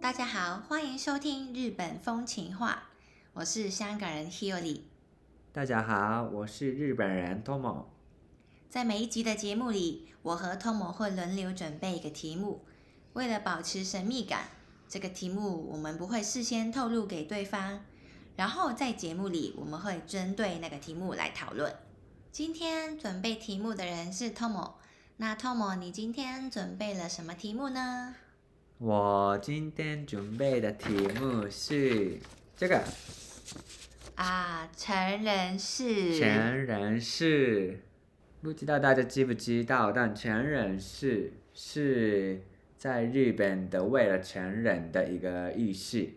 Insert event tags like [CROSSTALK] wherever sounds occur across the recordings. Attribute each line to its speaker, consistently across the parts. Speaker 1: 大家好，欢迎收听《日本风情话》，我是香港人 Hilary。
Speaker 2: 大家好，我是日本人 Tomo。
Speaker 1: 在每一集的节目里，我和 Tomo 会轮流准备一个题目。为了保持神秘感，这个题目我们不会事先透露给对方。然后在节目里，我们会针对那个题目来讨论。今天准备题目的人是 Tomo。那 Tomo，你今天准备了什么题目呢？
Speaker 2: 我今天准备的题目是这个
Speaker 1: 啊，成人式。
Speaker 2: 成人式，不知道大家知不知道，但成人式是在日本的为了成人的一个仪式，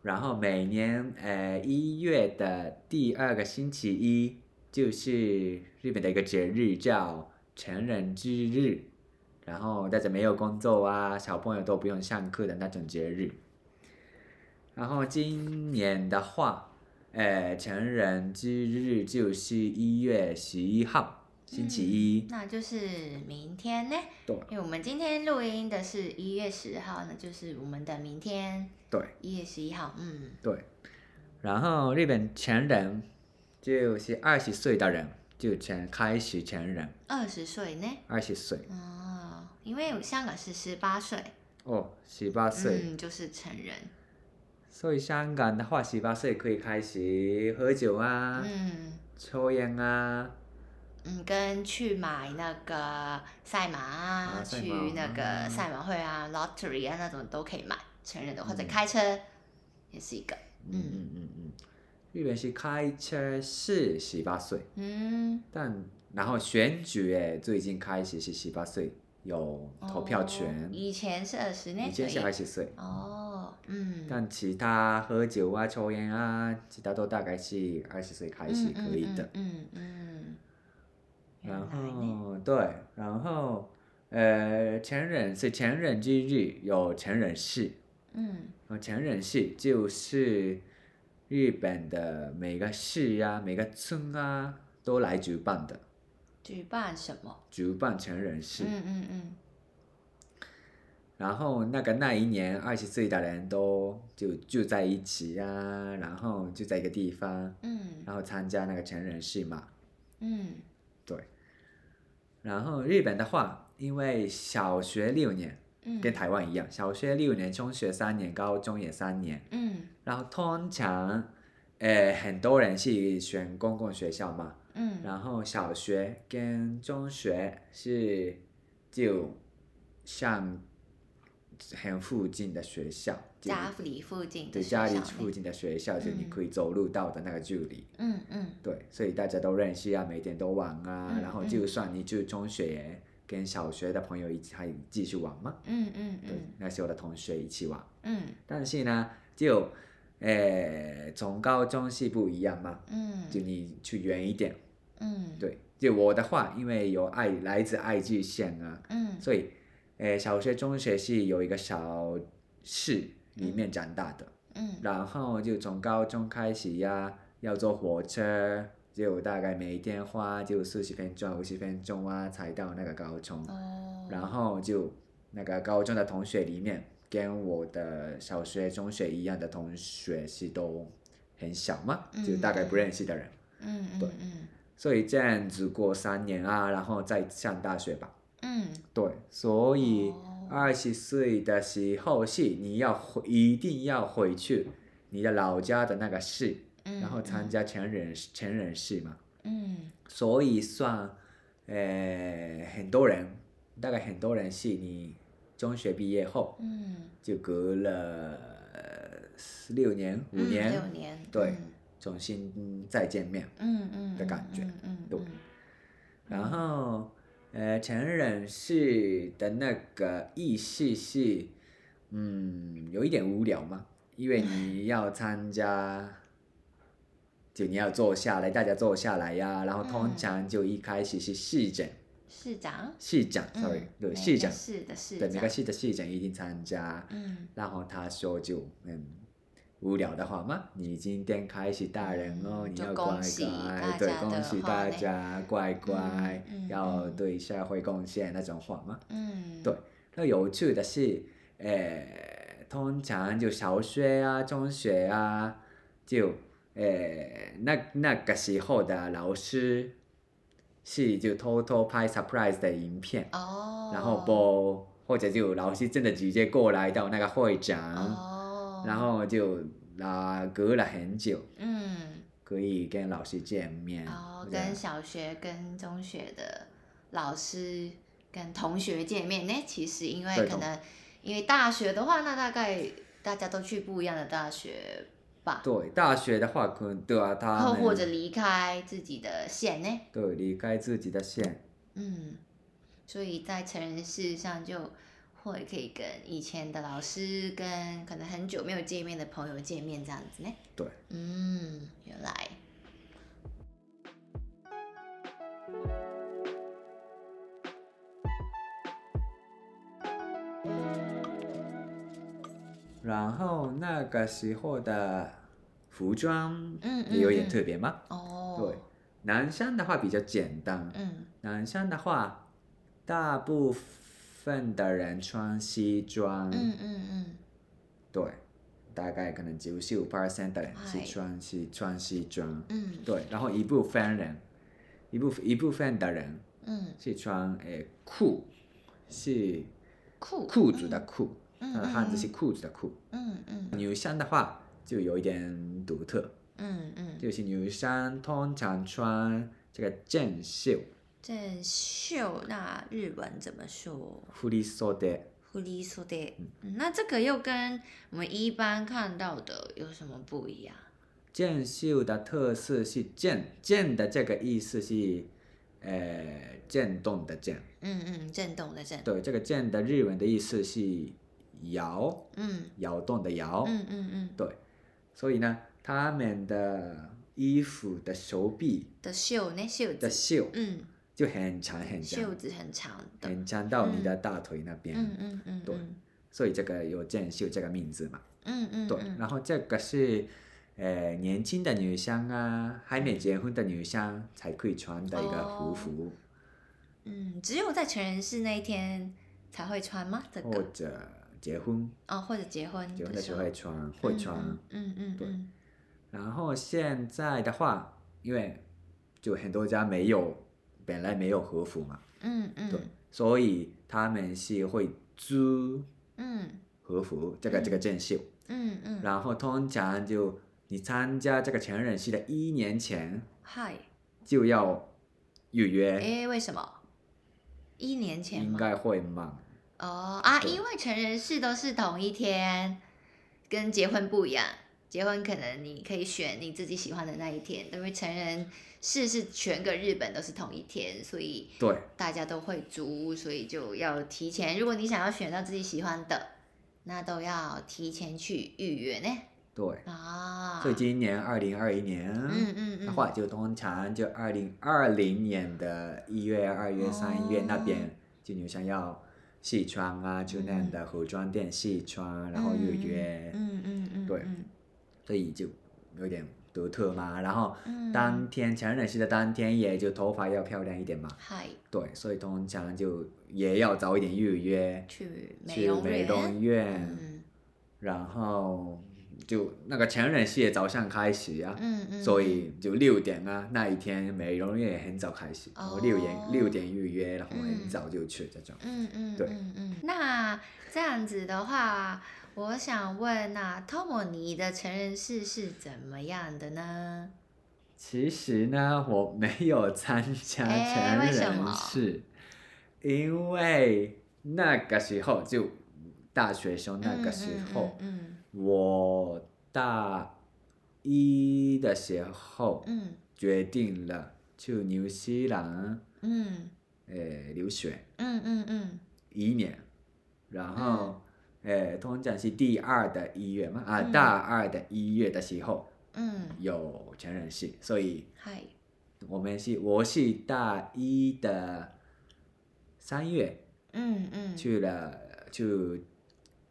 Speaker 2: 然后每年呃一月的第二个星期一就是日本的一个节日叫成人之日，然后大家没有工作啊，小朋友都不用上课的那种节日。然后今年的话，呃，成人之日就是一月十一号，星期一。
Speaker 1: 那就是明天呢？
Speaker 2: 对
Speaker 1: 因为我们今天录音的是一月十号呢，就是我们的明天
Speaker 2: 对
Speaker 1: 一月十一号。嗯，
Speaker 2: 对。然后日本成人就是二十岁的人就成开始成人，
Speaker 1: 二十岁呢？
Speaker 2: 二十岁
Speaker 1: 哦，因为香港是十八岁，
Speaker 2: 哦，十八岁。
Speaker 1: 嗯，就是成人。
Speaker 2: 所以香港的话，十八岁可以开始喝酒啊、
Speaker 1: 嗯
Speaker 2: 抽烟啊。
Speaker 1: 嗯，跟去买那个赛马啊，
Speaker 2: 啊赛马
Speaker 1: 去那个赛马会啊、lottery 啊那种都可以买，成人的或者开车也是一个。
Speaker 2: 嗯嗯嗯嗯。日本是开车是十八岁。
Speaker 1: 嗯，
Speaker 2: 但然后选举耶最近开始是十八岁有投票
Speaker 1: 哦
Speaker 2: 权，
Speaker 1: 以前是二十呢，
Speaker 2: 以前是
Speaker 1: 所以
Speaker 2: 二十岁，
Speaker 1: 哦，嗯，
Speaker 2: 但其他喝酒啊、抽烟啊，其他都大概是二十岁开始
Speaker 1: 嗯
Speaker 2: 可以的。。
Speaker 1: 嗯嗯。嗯
Speaker 2: 然
Speaker 1: 嗯
Speaker 2: 后对，然后呃，成人是成人之日有成人式，
Speaker 1: 嗯
Speaker 2: 然后成人式就是日本的每个市啊、每个村啊都来举办的，
Speaker 1: 举办什么？
Speaker 2: 举办成人式。
Speaker 1: 嗯嗯嗯，
Speaker 2: 然后那个那一年二十岁的人都就住在一起啊，然后就在一个地方，
Speaker 1: 嗯
Speaker 2: 然后参加那个成人式嘛，
Speaker 1: 嗯
Speaker 2: 对。然后日本的话，因为小学六年
Speaker 1: 嗯，
Speaker 2: 跟台湾一样，小学六年，中学三年，高中也三年，
Speaker 1: 嗯
Speaker 2: 然后通常，呃，很多人是选公共学校嘛，
Speaker 1: 嗯
Speaker 2: 然后小学跟中学是就上很附近的学校，就
Speaker 1: 家里附近的
Speaker 2: 对
Speaker 1: 学
Speaker 2: 家里
Speaker 1: 校
Speaker 2: 附
Speaker 1: 内
Speaker 2: 近的学校，就你
Speaker 1: 嗯
Speaker 2: 可以走路到的那个距离。
Speaker 1: 嗯嗯
Speaker 2: 对，所以大家都认识啊，每天都玩啊，
Speaker 1: 嗯
Speaker 2: 然后
Speaker 1: 嗯
Speaker 2: 就算你就中学跟小学的朋友一起还继续玩嘛，
Speaker 1: 嗯嗯
Speaker 2: 对
Speaker 1: 嗯，
Speaker 2: 那时候的同学一起玩。
Speaker 1: 嗯
Speaker 2: 但是呢，就呃从高中是不一样嘛，就
Speaker 1: 嗯
Speaker 2: 你去远一点。
Speaker 1: 嗯
Speaker 2: 对，就我的话，因为有爱来自爱知县啊，
Speaker 1: 嗯
Speaker 2: 所以，呃，小学、中学是有一个小市里面长大的，
Speaker 1: 嗯
Speaker 2: 然后就从高中开始呀、要坐火车，就大概每天花就四十分钟、五十分钟啊，才到那个高中。
Speaker 1: 哦，
Speaker 2: 然后就那个高中的同学里面，跟我的小学、中学一样的同学是都很小嘛，就大概不认识的人。
Speaker 1: 嗯嗯
Speaker 2: 对
Speaker 1: 嗯
Speaker 2: 所以这样子过三年啊，然后再上大学吧。
Speaker 1: 嗯，
Speaker 2: 对，所以
Speaker 1: 哦
Speaker 2: 二十岁的时候是你要回，一定要回去你的老家的那个市，然后参
Speaker 1: 加
Speaker 2: 加成人成人式嘛。
Speaker 1: 嗯
Speaker 2: 所以算，呃，很多人，大概很多人是你中学毕业后
Speaker 1: 嗯
Speaker 2: 就隔了呃六年、五
Speaker 1: 嗯
Speaker 2: 年，
Speaker 1: 六年
Speaker 2: 对
Speaker 1: 嗯
Speaker 2: 重新嗯再见面。
Speaker 1: 嗯嗯
Speaker 2: 的感觉
Speaker 1: 嗯嗯
Speaker 2: 对
Speaker 1: 嗯
Speaker 2: 然后，呃，成人式的那个意思是，嗯，有一点无聊嘛，因为你要参加， [SIGHS] 就你要坐下来，大家坐下来呀、然后
Speaker 1: 嗯
Speaker 2: 通常就一开始是市长，
Speaker 1: 市长
Speaker 2: 市长
Speaker 1: 嗯
Speaker 2: ，sorry，、对，
Speaker 1: 每
Speaker 2: 市
Speaker 1: 个
Speaker 2: 长，
Speaker 1: 市的市
Speaker 2: 对，每个
Speaker 1: 长
Speaker 2: 市的市长一定参加，
Speaker 1: 嗯
Speaker 2: 然后他说就，嗯。无聊的话嘛，你今天开始大人哦，
Speaker 1: 嗯
Speaker 2: 你
Speaker 1: 就
Speaker 2: 要
Speaker 1: 恭
Speaker 2: 乖
Speaker 1: 喜大
Speaker 2: 乖，对
Speaker 1: 家，的
Speaker 2: 恭喜
Speaker 1: 话
Speaker 2: 大
Speaker 1: 嘞
Speaker 2: 家乖乖，
Speaker 1: 嗯嗯
Speaker 2: 要
Speaker 1: 嗯
Speaker 2: 对社会贡献那种话嘛。
Speaker 1: 嗯
Speaker 2: 对那有趣的是，呃，通常就小学啊、中学啊，就诶那那个时候的老师是就偷偷拍 surprise 的影片，
Speaker 1: 哦，
Speaker 2: 然后播，或者就老师真的直接过来到那个会场，
Speaker 1: 哦，
Speaker 2: 嗯然后就啊、隔了很久
Speaker 1: 嗯，
Speaker 2: 可以跟老师见面，
Speaker 1: 哦，
Speaker 2: 对
Speaker 1: 跟小学跟中学的老师跟同学见面，那其实因为
Speaker 2: 对
Speaker 1: 可
Speaker 2: 同
Speaker 1: 能因为大学的话，那大概大家都去不一样的大学吧，
Speaker 2: 对大学的话，可能对啊，他
Speaker 1: 或
Speaker 2: 们
Speaker 1: 或者离开自己的县呢，
Speaker 2: 对离开自己的县，
Speaker 1: 嗯，所以在成人世上就会可以跟以前的老师跟可能很久没有见面的朋友见面这样子呢。
Speaker 2: 对，
Speaker 1: 嗯，原来。
Speaker 2: 然后那个时候的服装
Speaker 1: 嗯
Speaker 2: 也有点
Speaker 1: 嗯嗯
Speaker 2: 特别嘛，
Speaker 1: 哦，
Speaker 2: 对，男生的话比较简单，
Speaker 1: 嗯
Speaker 2: 男生的话，大部分的人穿西装，
Speaker 1: 嗯嗯嗯，
Speaker 2: 对，大概可能九十五 percent 的人是
Speaker 1: 哎
Speaker 2: 穿西穿西装，
Speaker 1: 嗯
Speaker 2: 对，然后一部分人，一部一部分的人
Speaker 1: 嗯，
Speaker 2: 是穿诶裤，是
Speaker 1: 裤
Speaker 2: 裤子的，裤，
Speaker 1: 嗯
Speaker 2: 它的汉字是裤子的裤。
Speaker 1: 嗯嗯嗯
Speaker 2: 女生的话就有一点独特，
Speaker 1: 嗯嗯，
Speaker 2: 就是女生通常穿这个正袖，
Speaker 1: 正袖那日文怎么说？
Speaker 2: 狐狸袖的。
Speaker 1: 狐狸说的，嗯那这个又跟我们一般看到的有什么不一样？
Speaker 2: 剑秀的特色是剑，剑的这个意思是，呃，剑动的剑。
Speaker 1: 嗯嗯，震动的震，
Speaker 2: 对，这个剑的日文的意思是摇，
Speaker 1: 嗯
Speaker 2: 摇动的摇。
Speaker 1: 嗯嗯嗯
Speaker 2: 对，所以呢，他们的衣服的手臂
Speaker 1: 的袖呢袖
Speaker 2: 的
Speaker 1: 子，
Speaker 2: 袖
Speaker 1: 嗯，
Speaker 2: 就很长很
Speaker 1: 袖
Speaker 2: 长，
Speaker 1: 子很长的，
Speaker 2: 很长到你的大腿那边，
Speaker 1: 嗯嗯嗯，
Speaker 2: 对
Speaker 1: 嗯
Speaker 2: 所以这个有剑秀这个名字嘛。
Speaker 1: 嗯嗯，
Speaker 2: 对，
Speaker 1: 嗯
Speaker 2: 然后这个是，呃，年轻的女生啊，还没结婚的女生才可以穿的一个
Speaker 1: 哦
Speaker 2: 胡服，
Speaker 1: 嗯，只有在成人式那一天才会穿吗？这
Speaker 2: 或
Speaker 1: 个
Speaker 2: 者结婚
Speaker 1: 哦，或者结婚
Speaker 2: 结婚的时
Speaker 1: 时
Speaker 2: 候
Speaker 1: 候
Speaker 2: 会穿，会穿。
Speaker 1: 嗯嗯
Speaker 2: 对
Speaker 1: 嗯
Speaker 2: 然后现在的话，因为就很多家没有，本来没有和服嘛，
Speaker 1: 嗯嗯
Speaker 2: 对，所以他们是会租
Speaker 1: 嗯
Speaker 2: 和服这个、这个正秀，
Speaker 1: 嗯嗯，
Speaker 2: 然后通常就你参加这个成人式的一年前
Speaker 1: 嗨，
Speaker 2: 就要预约。
Speaker 1: 诶，为什么？一年前
Speaker 2: 哎应
Speaker 1: 吗？
Speaker 2: 该会忙，
Speaker 1: 哦啊，
Speaker 2: 对
Speaker 1: 因为成人式都是同一天，跟结婚不一样。结婚可能你可以选你自己喜欢的那一天，因为成人式是全个日本都是同一天，所以
Speaker 2: 对
Speaker 1: 大家都会租，所以就要提前。如果你想要选到自己喜欢的，那都要提前去预约呢。
Speaker 2: 对。
Speaker 1: 啊，
Speaker 2: 所以今年二零二一年
Speaker 1: 嗯嗯嗯，
Speaker 2: 的话，就通常就二零二零年的一月、二月、三月那
Speaker 1: 哦
Speaker 2: 边，就你想要试穿啊，就那样的服装店试穿，然后预约，
Speaker 1: 嗯嗯嗯，
Speaker 2: 对
Speaker 1: 嗯
Speaker 2: 所以就有点独特嘛。然后
Speaker 1: 嗯，
Speaker 2: 当天成人式的当天，也就头发要漂亮一点嘛。
Speaker 1: 嗨，
Speaker 2: 对，所以通常就也要早一点预约
Speaker 1: 去美
Speaker 2: 去
Speaker 1: 容
Speaker 2: 美容院。
Speaker 1: 嗯
Speaker 2: 然后就那个成人是早上开始啊，
Speaker 1: 嗯嗯，
Speaker 2: 所以就六点啊那一天美容院也很早开始，然后六
Speaker 1: 哦
Speaker 2: 点六点预约，然后很
Speaker 1: 嗯
Speaker 2: 早就去这种。
Speaker 1: 嗯嗯
Speaker 2: 对
Speaker 1: 嗯嗯，那这样子的话，我想问啊，托莫尼的成人式是怎么样的呢？
Speaker 2: 其实呢，我没有参加
Speaker 1: 哎为
Speaker 2: 成
Speaker 1: 什
Speaker 2: 人
Speaker 1: 么
Speaker 2: 式，因为那个时候就大学生那个时候，
Speaker 1: 嗯
Speaker 2: 我大一的时候
Speaker 1: 嗯
Speaker 2: 决定了去纽西兰。
Speaker 1: 嗯
Speaker 2: 呃留学
Speaker 1: 嗯嗯嗯
Speaker 2: 一年，然后、呃通常是第二的一月嘛啊、
Speaker 1: 嗯
Speaker 2: 大二的一月的时候
Speaker 1: 嗯，
Speaker 2: 有成人式，所以
Speaker 1: 嗨，
Speaker 2: 我们是我是大一的三月
Speaker 1: 嗯嗯，
Speaker 2: 去了、去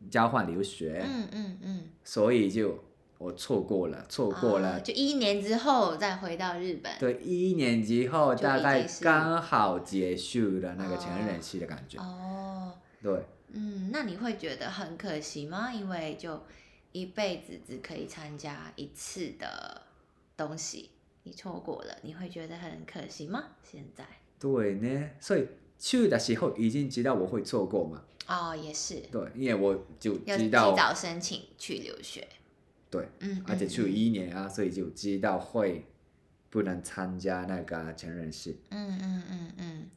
Speaker 2: 交换留学，
Speaker 1: 嗯嗯嗯，
Speaker 2: 所以就我错过了错过了。
Speaker 1: 啊就一年之后再回到日本，
Speaker 2: 对，一年级后
Speaker 1: 就已经
Speaker 2: 大概
Speaker 1: 是
Speaker 2: 刚好结束了那个成
Speaker 1: 哦
Speaker 2: 人式的感觉。
Speaker 1: 哦，
Speaker 2: 对，
Speaker 1: 嗯，那你会觉得很可惜吗？因为就一辈子只可以参加一次的东西，你错过了，你会觉得很可惜吗？现在
Speaker 2: 对呢，所以去的时候已经知道我会错过嘛，
Speaker 1: 哦，也是
Speaker 2: 对，因为我就
Speaker 1: 要
Speaker 2: 知
Speaker 1: 提
Speaker 2: 道，啊
Speaker 1: 早申请去留学，
Speaker 2: 对，
Speaker 1: 嗯，
Speaker 2: 而且
Speaker 1: 嗯
Speaker 2: 去一年啊，所以就知道会不能参加那个成人式。
Speaker 1: 嗯嗯嗯嗯，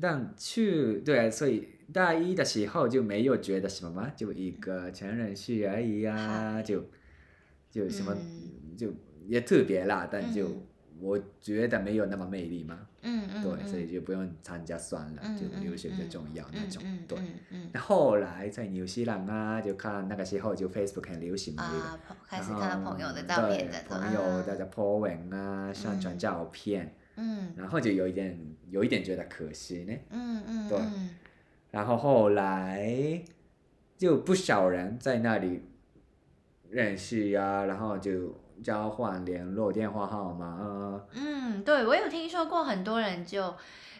Speaker 2: 但去对，啊所以大一的时候就没有觉得什么嘛，就一个成人式而已啊，
Speaker 1: 嗨
Speaker 2: 就就什么、
Speaker 1: 嗯
Speaker 2: 就也特别啦，但就
Speaker 1: 嗯
Speaker 2: 我觉得没有那么魅力嘛，
Speaker 1: 嗯嗯，
Speaker 2: 对，所以
Speaker 1: 嗯
Speaker 2: 就不用参加算了，
Speaker 1: 嗯
Speaker 2: 就
Speaker 1: 嗯
Speaker 2: 留学比较
Speaker 1: 嗯
Speaker 2: 重要那
Speaker 1: 嗯
Speaker 2: 种，
Speaker 1: 嗯
Speaker 2: 对。
Speaker 1: 嗯嗯
Speaker 2: 那后来在纽西兰啊，就看那个时候就 Facebook 很流行嘛，这个
Speaker 1: 啊，朋开始
Speaker 2: 然
Speaker 1: 看到
Speaker 2: 后
Speaker 1: 朋友的照片
Speaker 2: 对
Speaker 1: 的，
Speaker 2: 朋友大
Speaker 1: 的，
Speaker 2: 家 po 文啊，上传
Speaker 1: 嗯
Speaker 2: 照片，
Speaker 1: 嗯
Speaker 2: 然后就有一点有一点觉得可惜呢。
Speaker 1: 嗯嗯，
Speaker 2: 对
Speaker 1: 嗯
Speaker 2: 然后后来就不少人在那里认识啊，然后就交换联络电话号码啊，
Speaker 1: 嗯，对，我有听说过很多人就，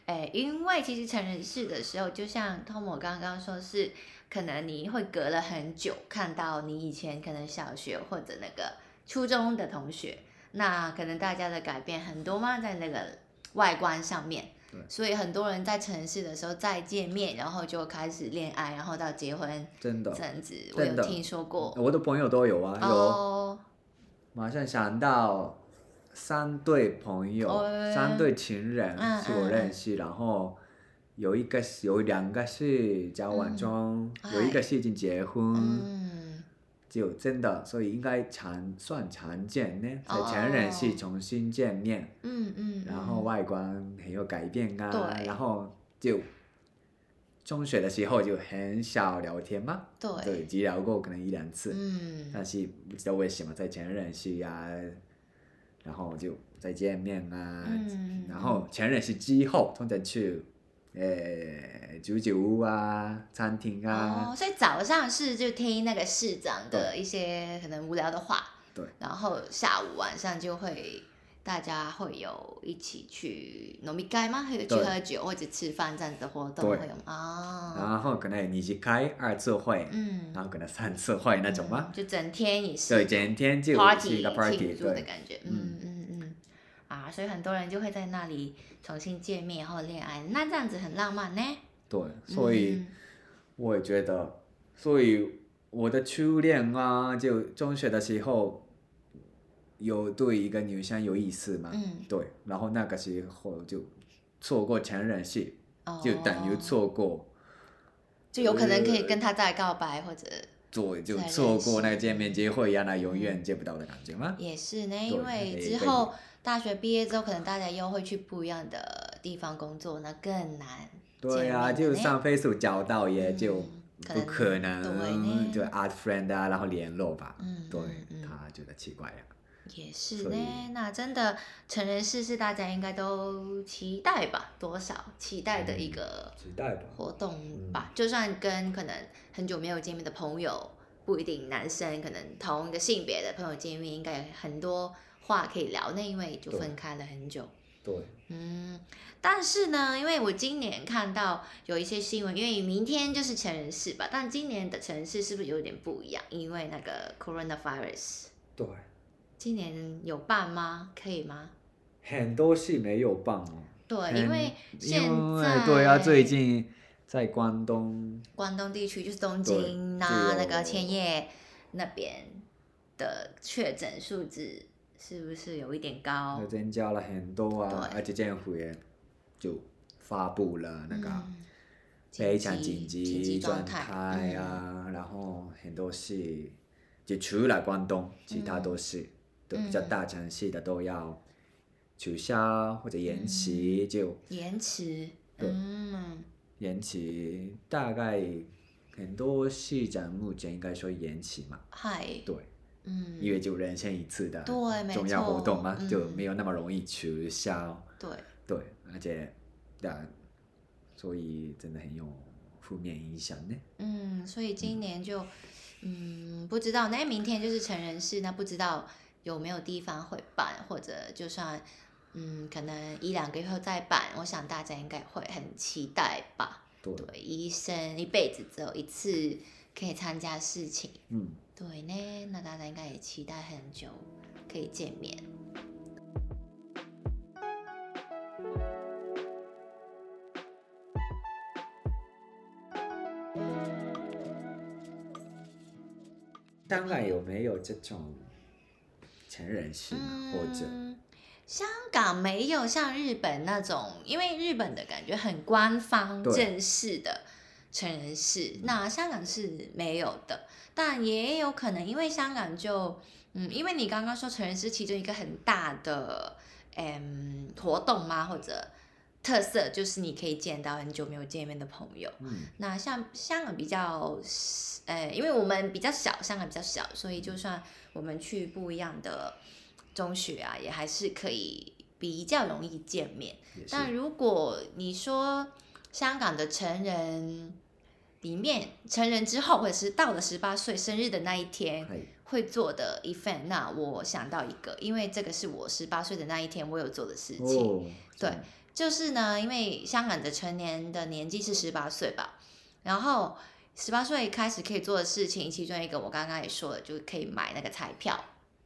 Speaker 1: 诶，因为其实成人式的时候，就像 Tom 刚刚说是，可能你会隔了很久看到你以前可能小学或者那个初中的同学，那可能大家的改变很多嘛，在那个外观上面
Speaker 2: 对。
Speaker 1: 所以很多人在城市的时候再见面，然后就开始恋爱，然后到结婚
Speaker 2: 真的
Speaker 1: 这，样子，我
Speaker 2: 真
Speaker 1: 有
Speaker 2: 的
Speaker 1: 听说过。
Speaker 2: 我的朋友都有啊，有。
Speaker 1: 哦，
Speaker 2: 马上想到三对朋友，
Speaker 1: 哦
Speaker 2: 三对情人
Speaker 1: 嗯
Speaker 2: 是我
Speaker 1: 嗯
Speaker 2: 认识，然后有一个是有两个是交往中，有一个是已经结婚，
Speaker 1: 嗯，
Speaker 2: 就真的，所以应该常算常见呢。
Speaker 1: 哦
Speaker 2: 在成人是重新见面，
Speaker 1: 嗯嗯，
Speaker 2: 然后
Speaker 1: 嗯
Speaker 2: 外观很有改变啊，
Speaker 1: 对
Speaker 2: 然后就中学的时候就很少聊天嘛，对，
Speaker 1: 对，
Speaker 2: 只聊过可能一两次，
Speaker 1: 嗯，
Speaker 2: 但是不知道为什么在前任是啊，然后就再见面啊，
Speaker 1: 嗯
Speaker 2: 然后前任是之后通常去呃居酒屋啊、餐厅啊，
Speaker 1: 哦，所以早上是就听那个市长的一些可能无聊的话，
Speaker 2: 对，
Speaker 1: 然后下午晚上就会大家会有一起去飲み会吗？还有去
Speaker 2: 对
Speaker 1: 喝酒或者吃饭这样子的活动
Speaker 2: 对啊
Speaker 1: 会有吗？哦，
Speaker 2: 然后可能你是开二次会，
Speaker 1: 嗯，
Speaker 2: 然后可能三次会啊那种吗？
Speaker 1: 嗯就整天也
Speaker 2: 对，
Speaker 1: 是
Speaker 2: 整天就是一
Speaker 1: party
Speaker 2: 个 party，
Speaker 1: 庆祝的
Speaker 2: 对，
Speaker 1: 感觉，嗯
Speaker 2: 嗯
Speaker 1: 嗯嗯。啊，所以很多人就会在那里重新见面然后恋爱，那这样子很浪漫呢。
Speaker 2: 对，所以。
Speaker 1: 嗯
Speaker 2: 我也觉得，所以我的初恋啊，就中学的时候，有对一个女生有意思嘛，
Speaker 1: 嗯，
Speaker 2: 对，然后那个时候就错过成人式，
Speaker 1: 嗯
Speaker 2: 啊就等于呃
Speaker 1: 哦
Speaker 2: 错过，
Speaker 1: 就有可能可以跟他再告白，或者
Speaker 2: 对，就
Speaker 1: 才认
Speaker 2: 错过那
Speaker 1: 识
Speaker 2: 个见面机会，让他永
Speaker 1: 嗯
Speaker 2: 远见不到的感觉吗？
Speaker 1: 也是呢，
Speaker 2: 对
Speaker 1: 因为
Speaker 2: 可以
Speaker 1: 之
Speaker 2: 可以
Speaker 1: 后大学毕业之后，可能大家又会去不一样的地方工作，那更难。
Speaker 2: 对啊，
Speaker 1: 见面
Speaker 2: 就
Speaker 1: 了呢
Speaker 2: 上飞速找到也
Speaker 1: 嗯
Speaker 2: 就
Speaker 1: 可
Speaker 2: 不
Speaker 1: 能
Speaker 2: 可
Speaker 1: 对呢
Speaker 2: 能，就 art friend 啊，然后联络吧，
Speaker 1: 嗯，
Speaker 2: 对
Speaker 1: 嗯嗯
Speaker 2: 他觉得奇怪呀、
Speaker 1: 也是
Speaker 2: 所
Speaker 1: 呢
Speaker 2: 以。
Speaker 1: 那真的成人世事，大家应该都期待吧？多少期待的
Speaker 2: 嗯
Speaker 1: 一个
Speaker 2: 期待吧
Speaker 1: 活
Speaker 2: 嗯
Speaker 1: 动吧？就算跟可能很久没有见面的朋友，不一定男生，可能同一个性别的朋友见面，应该有很多话可以聊呢，因为就
Speaker 2: 对
Speaker 1: 分开了很久。
Speaker 2: 对。
Speaker 1: 嗯，但是呢，因为我今年看到有一些新闻，因为明天就是成人式吧，但今年的成人式是不是有点不一样？因为那个 coronavirus，
Speaker 2: 对，
Speaker 1: 今年有办吗？可以吗？
Speaker 2: 很多戏没有办哦。
Speaker 1: 对，
Speaker 2: 嗯
Speaker 1: 因为现
Speaker 2: 因
Speaker 1: 在
Speaker 2: 为对啊，最近在关东，
Speaker 1: 关东地区就是东
Speaker 2: 对
Speaker 1: 京呐、
Speaker 2: 就
Speaker 1: 那
Speaker 2: 有
Speaker 1: 个千叶那边的确诊数字是不是有一点高
Speaker 2: 又？增加了很多啊，
Speaker 1: 哦对
Speaker 2: 而且政府也就发布了那个
Speaker 1: 嗯
Speaker 2: 非常紧
Speaker 1: 紧急
Speaker 2: 急
Speaker 1: 状
Speaker 2: 状
Speaker 1: 态嗯
Speaker 2: 态啊，然后很多市，就除了关东，其他都是、都比较
Speaker 1: 嗯
Speaker 2: 大城市的都要取消或者延期，
Speaker 1: 嗯
Speaker 2: 就
Speaker 1: 延迟，
Speaker 2: 对
Speaker 1: 嗯。
Speaker 2: 延期，大概很多市长目前应该说延期嘛，
Speaker 1: 嗨，
Speaker 2: 对。
Speaker 1: 嗯，
Speaker 2: 因为就人生一次的
Speaker 1: 对没
Speaker 2: 呃重要活动嘛，
Speaker 1: 错
Speaker 2: 就
Speaker 1: 嗯
Speaker 2: 没有那么容易取消。
Speaker 1: 对，
Speaker 2: 对，而且，对啊，所以真的很有负面影响呢。
Speaker 1: 嗯，所以今年就，嗯，不知道，那明天就是成人式，那不知道有没有地方会办，或者就算，嗯，可能一两个月后再办，我想大家应该会很期待吧。
Speaker 2: 对，
Speaker 1: 对，医生一辈子只有一次可以参加事情。
Speaker 2: 嗯，
Speaker 1: 对呢，那大家应该也期待很久可以见面。
Speaker 2: 香港有没有这种成人式呢？或者
Speaker 1: 嗯，香港没有像日本那种，因为日本的感觉很官方
Speaker 2: 对
Speaker 1: 正式的成人式，那香港是没有的。但也有可能因为香港就，嗯，因为你刚刚说成人式其中一个很大的，嗯，活动嘛，或者特色就是你可以见到很久没有见面的朋友。
Speaker 2: 嗯
Speaker 1: 那像香港比较，呃，因为我们比较小，香港比较小，所以就算我们去不一样的中学啊，也还是可以比较容易见面。
Speaker 2: 也是
Speaker 1: 但如果你说香港的成人里面，成人之后或者是到了十八岁生日的那一天
Speaker 2: 嘿
Speaker 1: 会做的 event，那我想到一个，因为这个是我十八岁的那一天我有做的事情。
Speaker 2: 哦，
Speaker 1: 对
Speaker 2: 嗯
Speaker 1: 就是呢，因为香港的成年的年纪是十八岁吧，然后十八岁开始可以做的事情，其中一个我刚刚也说了，就可以买那个彩票。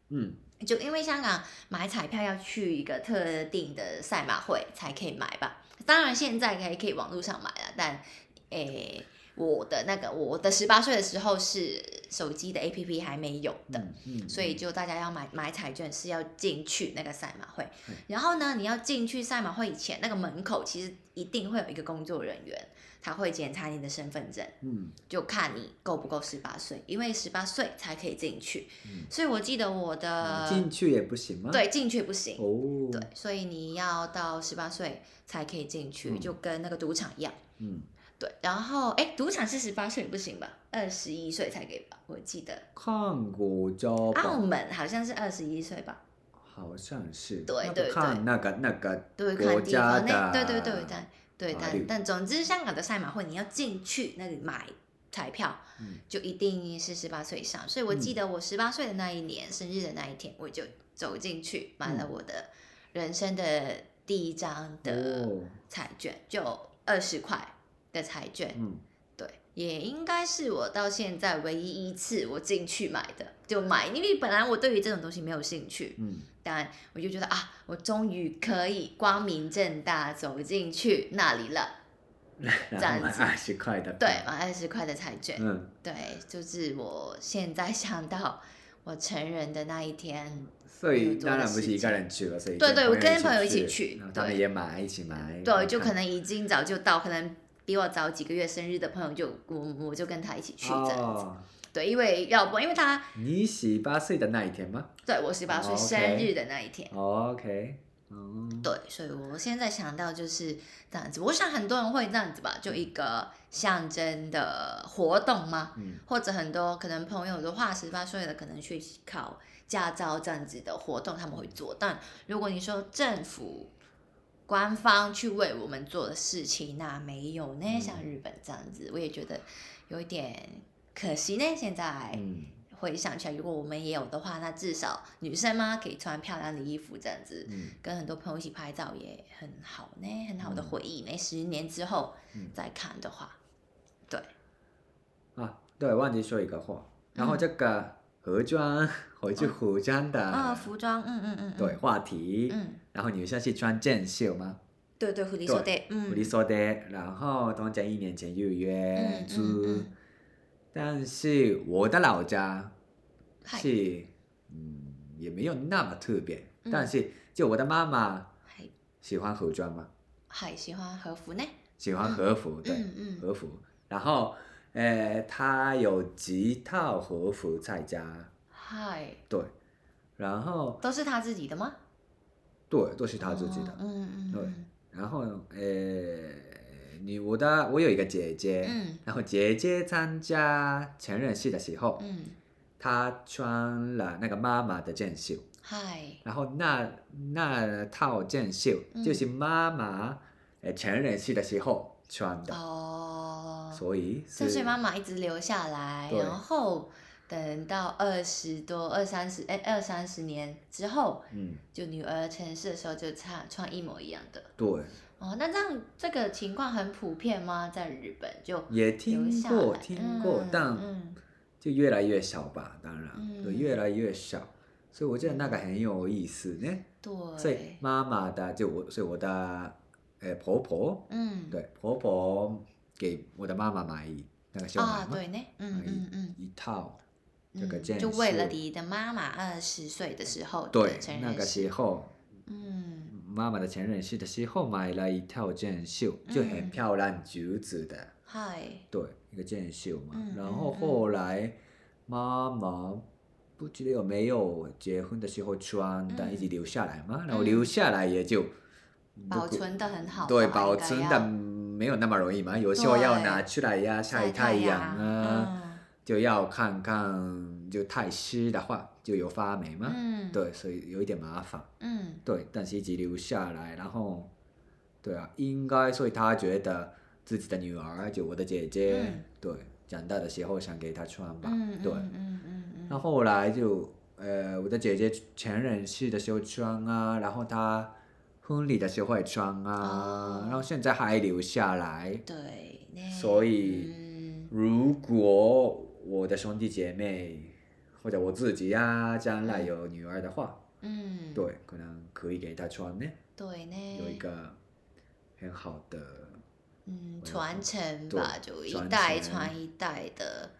Speaker 2: 嗯，
Speaker 1: 就因为香港买彩票要去一个特定的赛马会才可以买吧，当然现在还可以网络上买了，但诶、我的那个我的十八岁的时候是手机的 APP 还没有的，
Speaker 2: 嗯嗯，
Speaker 1: 所以
Speaker 2: 嗯
Speaker 1: 就大家要买买彩券是要进去那个赛马会
Speaker 2: 嗯，
Speaker 1: 然后呢，你要进去赛马会以前，那个门口其实一定会有一个工作人员，他会检查你的身份证，
Speaker 2: 嗯
Speaker 1: 就看你够不够十八岁，因为十八岁才可以进去
Speaker 2: 嗯。
Speaker 1: 所以我记得我的
Speaker 2: 进去也不行吗？
Speaker 1: 呃对进去不行，
Speaker 2: 哦，
Speaker 1: 对，所以你要到十八岁才可以进去，
Speaker 2: 嗯
Speaker 1: 就跟那个赌场一样。
Speaker 2: 嗯，
Speaker 1: 对，然后哎，赌场是十八岁不行吧？二十一岁才可以吧？我记得
Speaker 2: 看古周
Speaker 1: 澳
Speaker 2: 吧，
Speaker 1: 门好像是二十一岁吧。
Speaker 2: 好像是，
Speaker 1: 对
Speaker 2: 那不
Speaker 1: 对
Speaker 2: 看那个那个
Speaker 1: 对，
Speaker 2: 国
Speaker 1: 看地
Speaker 2: 家
Speaker 1: 方
Speaker 2: 的
Speaker 1: 那，对对对，但对
Speaker 2: 法律
Speaker 1: 但但总之，香港的赛马会你要进去那里买彩票，
Speaker 2: 嗯
Speaker 1: 就一定是十八岁以上。所以我记得我十八岁的那一年、生日的那一天，我就走进去买
Speaker 2: 嗯
Speaker 1: 了我的人生的第一张的
Speaker 2: 哦，
Speaker 1: 彩券，就二十块的彩券，
Speaker 2: 嗯，
Speaker 1: 对，也应该是我到现在唯一一次我进去买的，就买，因为本来我对于这种东西没有兴趣，
Speaker 2: 嗯， [LAUGHS]
Speaker 1: 但我就觉得啊，我终于可以光明正大走进去那里了。
Speaker 2: 然
Speaker 1: 样
Speaker 2: 后买
Speaker 1: 子
Speaker 2: 二十块的，
Speaker 1: 对，买二十块的彩券，
Speaker 2: 嗯，
Speaker 1: 对，就是我现在想到我成人的那一天，
Speaker 2: 所
Speaker 1: 有
Speaker 2: 以
Speaker 1: 做
Speaker 2: 当
Speaker 1: 的
Speaker 2: 然不
Speaker 1: 事
Speaker 2: 是一
Speaker 1: 情
Speaker 2: 个人去了，所以
Speaker 1: 对对我跟
Speaker 2: 朋
Speaker 1: 朋友一起去
Speaker 2: 然后他们
Speaker 1: 对
Speaker 2: 也买一起买，
Speaker 1: 对，就可
Speaker 2: 看
Speaker 1: 能已经早就到，可能比我早几个月生日的朋友就我我就跟他一起去这样子，
Speaker 2: 哦，
Speaker 1: 对，因为要不因为他
Speaker 2: 你十八岁的那一天吗
Speaker 1: 对我十八岁
Speaker 2: 哦，OK
Speaker 1: 生日的那一天。
Speaker 2: ？OK，嗯，
Speaker 1: 对，所以我现在想到就是这样子。我想很多人会这样子吧，就一个象征的活动嘛，
Speaker 2: 嗯
Speaker 1: 或者很多可能朋友的话，十八岁的可能去考驾照这样子的活动他们会做。但如果你说政府官方去为我们做的事情，那没有呢。
Speaker 2: 嗯
Speaker 1: 像日本这样子，我也觉得有一点可惜呢。现在。
Speaker 2: 嗯，
Speaker 1: 回想起来，如果我们也有的话，那至少女生嘛可以穿漂亮的衣服这样子，
Speaker 2: 嗯
Speaker 1: 跟很多朋友一起拍照也很好呢，很好的
Speaker 2: 嗯
Speaker 1: 回忆呢。十年之后
Speaker 2: 嗯
Speaker 1: 再看的话，
Speaker 2: 啊，对，忘记说一个话，然后这个服装，回去服装的，
Speaker 1: 啊、服装，嗯嗯嗯，嗯
Speaker 2: 对，话题，
Speaker 1: 嗯，
Speaker 2: 然后女生是穿正袖吗？
Speaker 1: 对对，狐狸说的，嗯，
Speaker 2: 我理说的，然后东京一年前又约
Speaker 1: 嗯
Speaker 2: 租，
Speaker 1: 嗯嗯
Speaker 2: 但是我的老家
Speaker 1: 嗨
Speaker 2: 是嗯也没有那么特别，
Speaker 1: 嗯
Speaker 2: 但是就我的妈妈
Speaker 1: 还
Speaker 2: 喜欢服装嘛，
Speaker 1: 还喜欢和服呢，
Speaker 2: 喜欢和服，对，
Speaker 1: 嗯嗯，
Speaker 2: 和服，然后呃她有几套和服在家，
Speaker 1: 嗨，
Speaker 2: 对，然后
Speaker 1: 都是他自己的吗？
Speaker 2: 对都是她自己的，
Speaker 1: 哦嗯嗯，
Speaker 2: 对
Speaker 1: 嗯
Speaker 2: 然后呃你我的我有一个姐姐，
Speaker 1: 嗯
Speaker 2: 然后姐姐参加成人式的时候，
Speaker 1: 嗯，
Speaker 2: 她穿了那个妈妈的正袖，
Speaker 1: 嗨，
Speaker 2: 然后那那套正袖
Speaker 1: 嗯
Speaker 2: 就是妈妈呃成人式的时候穿的，
Speaker 1: 哦，
Speaker 2: 所以
Speaker 1: 这
Speaker 2: 是
Speaker 1: 是妈妈一直留下来，
Speaker 2: 对
Speaker 1: 然后等到二十多、二三十，哎，二三十年之后，
Speaker 2: 嗯，
Speaker 1: 就女儿成事的时候就差穿一模一样的。
Speaker 2: 对，
Speaker 1: 哦，那这样这个情况很普遍吗？在日本就
Speaker 2: 也听
Speaker 1: 留下
Speaker 2: 过
Speaker 1: 来，
Speaker 2: 听过，
Speaker 1: 嗯
Speaker 2: 但
Speaker 1: 嗯
Speaker 2: 就越来越少吧，当然，对，
Speaker 1: 嗯
Speaker 2: 越来越少。所以我觉得那个很有意思呢。所以
Speaker 1: 对，
Speaker 2: 妈妈的，就我，所以我的，呃，婆婆，
Speaker 1: 嗯，
Speaker 2: 对，婆婆给我的妈妈买一那个小
Speaker 1: 啊
Speaker 2: 买，嘛，
Speaker 1: 对呢，嗯
Speaker 2: 买
Speaker 1: 嗯嗯。
Speaker 2: 一套，这个
Speaker 1: 嗯，
Speaker 2: 见
Speaker 1: 就为了
Speaker 2: 识
Speaker 1: 你的妈妈二十岁的时候
Speaker 2: 对
Speaker 1: 的成，
Speaker 2: 那
Speaker 1: 人
Speaker 2: 个
Speaker 1: 式，
Speaker 2: 时候
Speaker 1: 嗯
Speaker 2: 妈妈的成人式的时候买了一套箭袖，就很
Speaker 1: 嗯
Speaker 2: 漂亮，橘子的，
Speaker 1: 嗨，
Speaker 2: 对，一个箭袖嘛。
Speaker 1: 嗯
Speaker 2: 然
Speaker 1: 嗯
Speaker 2: 后后来妈妈不知道有没有结婚的时候穿，但一直留下来嘛，然
Speaker 1: 嗯
Speaker 2: 后留下来也就
Speaker 1: 保
Speaker 2: 不
Speaker 1: 存的很好吧，
Speaker 2: 对
Speaker 1: 应该
Speaker 2: 保存
Speaker 1: 要
Speaker 2: 的没有那么容易嘛，有时候要拿出来呀，晒
Speaker 1: 晒
Speaker 2: 太阳
Speaker 1: 阳嗯
Speaker 2: 啊，，就要看看，就太湿的话就有发霉嘛。
Speaker 1: 嗯，，
Speaker 2: 对，所以有一点麻烦。
Speaker 1: 嗯
Speaker 2: 对，但是一直留下来，然后，对啊，应该，所以他觉得自己的女儿，就我的姐姐，
Speaker 1: 嗯
Speaker 2: 对，长大的时候想给她穿吧，
Speaker 1: 嗯，
Speaker 2: 对。
Speaker 1: 嗯嗯嗯嗯，
Speaker 2: 那后来就，呃，我的姐姐成人式的时候穿啊，然后她婚礼的时候也穿啊，
Speaker 1: 哦
Speaker 2: 然后现在还留下来。
Speaker 1: 对呢，
Speaker 2: 所以
Speaker 1: 嗯
Speaker 2: 如果我的兄弟姐妹或者我自己呀、将来有女儿的话，
Speaker 1: 嗯，
Speaker 2: 对，可能可以给她穿呢。
Speaker 1: 对呢，
Speaker 2: 有一个很好的，
Speaker 1: 嗯
Speaker 2: 文
Speaker 1: 传
Speaker 2: 化
Speaker 1: 承
Speaker 2: 对
Speaker 1: 吧，就一
Speaker 2: 传
Speaker 1: 代
Speaker 2: 承
Speaker 1: 传一代的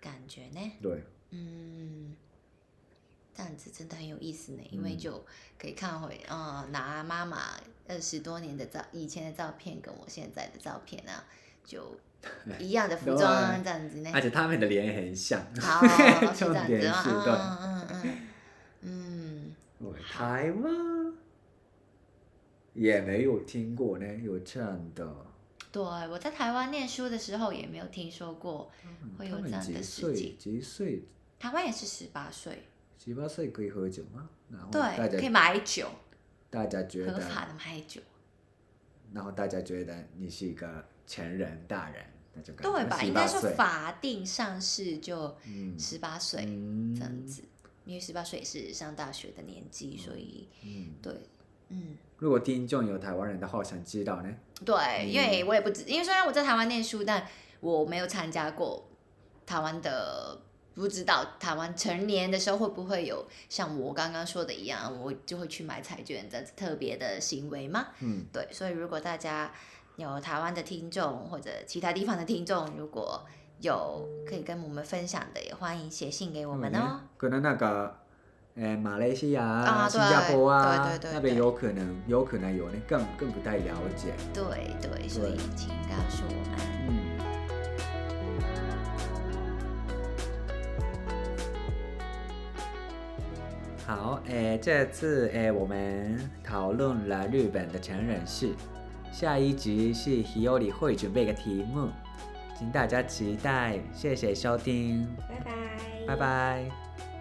Speaker 1: 感觉呢，
Speaker 2: 对，
Speaker 1: 嗯，这样子真的很有意思呢，因为
Speaker 2: 嗯
Speaker 1: 就可以看回啊、呃拿妈妈二十多年的照以前的照片跟我现在的照片啊，就一样的服
Speaker 2: [LAUGHS] 对
Speaker 1: 装啊这样子呢
Speaker 2: 而。且他们的脸很像， [LAUGHS]
Speaker 1: 好，哦是这
Speaker 2: 重
Speaker 1: 样
Speaker 2: 点
Speaker 1: 子
Speaker 2: 是对
Speaker 1: 啊，嗯嗯嗯嗯
Speaker 2: 对台湾也没有听过呢，有这样的，
Speaker 1: 嗯，对，我在台湾念书的时候也没有听说过，嗯会有
Speaker 2: 嗯
Speaker 1: 这
Speaker 2: 他们
Speaker 1: 样
Speaker 2: 几
Speaker 1: 的
Speaker 2: 岁
Speaker 1: 事情。
Speaker 2: 几岁
Speaker 1: 台湾也是十八岁，
Speaker 2: 十八岁可以喝酒吗？然后哦
Speaker 1: 对，
Speaker 2: 大
Speaker 1: 可以
Speaker 2: 家
Speaker 1: 买酒，
Speaker 2: 大家觉
Speaker 1: 合法
Speaker 2: 得，
Speaker 1: 的买酒，
Speaker 2: 然后大家觉得你是一个成人大人，那就感
Speaker 1: 对
Speaker 2: 觉
Speaker 1: 吧？
Speaker 2: 十
Speaker 1: 应该
Speaker 2: 八
Speaker 1: 说
Speaker 2: 岁，
Speaker 1: 法定上市就
Speaker 2: 嗯，
Speaker 1: 十八岁，
Speaker 2: 嗯
Speaker 1: 这样，子，因为十八岁是上大学的年纪，所以
Speaker 2: 嗯，
Speaker 1: 对，嗯，
Speaker 2: 如果听众有台湾人的话，我想知道呢，嗯
Speaker 1: 对，因为我也不知，因为虽然我在台湾念书，但我没有参加过台湾的，不知道台湾成年的时候会不会有像我刚刚说的一样，我就会去买彩券这样子特别的行为吗？
Speaker 2: 嗯。
Speaker 1: 对，所以如果大家有台湾的听众或者其他地方的听众，如果有可以跟我们分享的，也欢迎写信给我们哦。
Speaker 2: 可能那个，呃，马来西亚啊、
Speaker 1: 啊
Speaker 2: 新
Speaker 1: 对
Speaker 2: 加坡啊，
Speaker 1: 对对对
Speaker 2: 那边
Speaker 1: 对
Speaker 2: 有可能，有可能有呢，更更不太了解。
Speaker 1: 对对，所以请告诉我们。
Speaker 2: 嗯，好，诶，这次诶我们讨论了日本的成人式，下一集是 Hiyori 会准备一个题目，请大家期待，谢谢收听，
Speaker 1: 拜拜，
Speaker 2: 拜拜。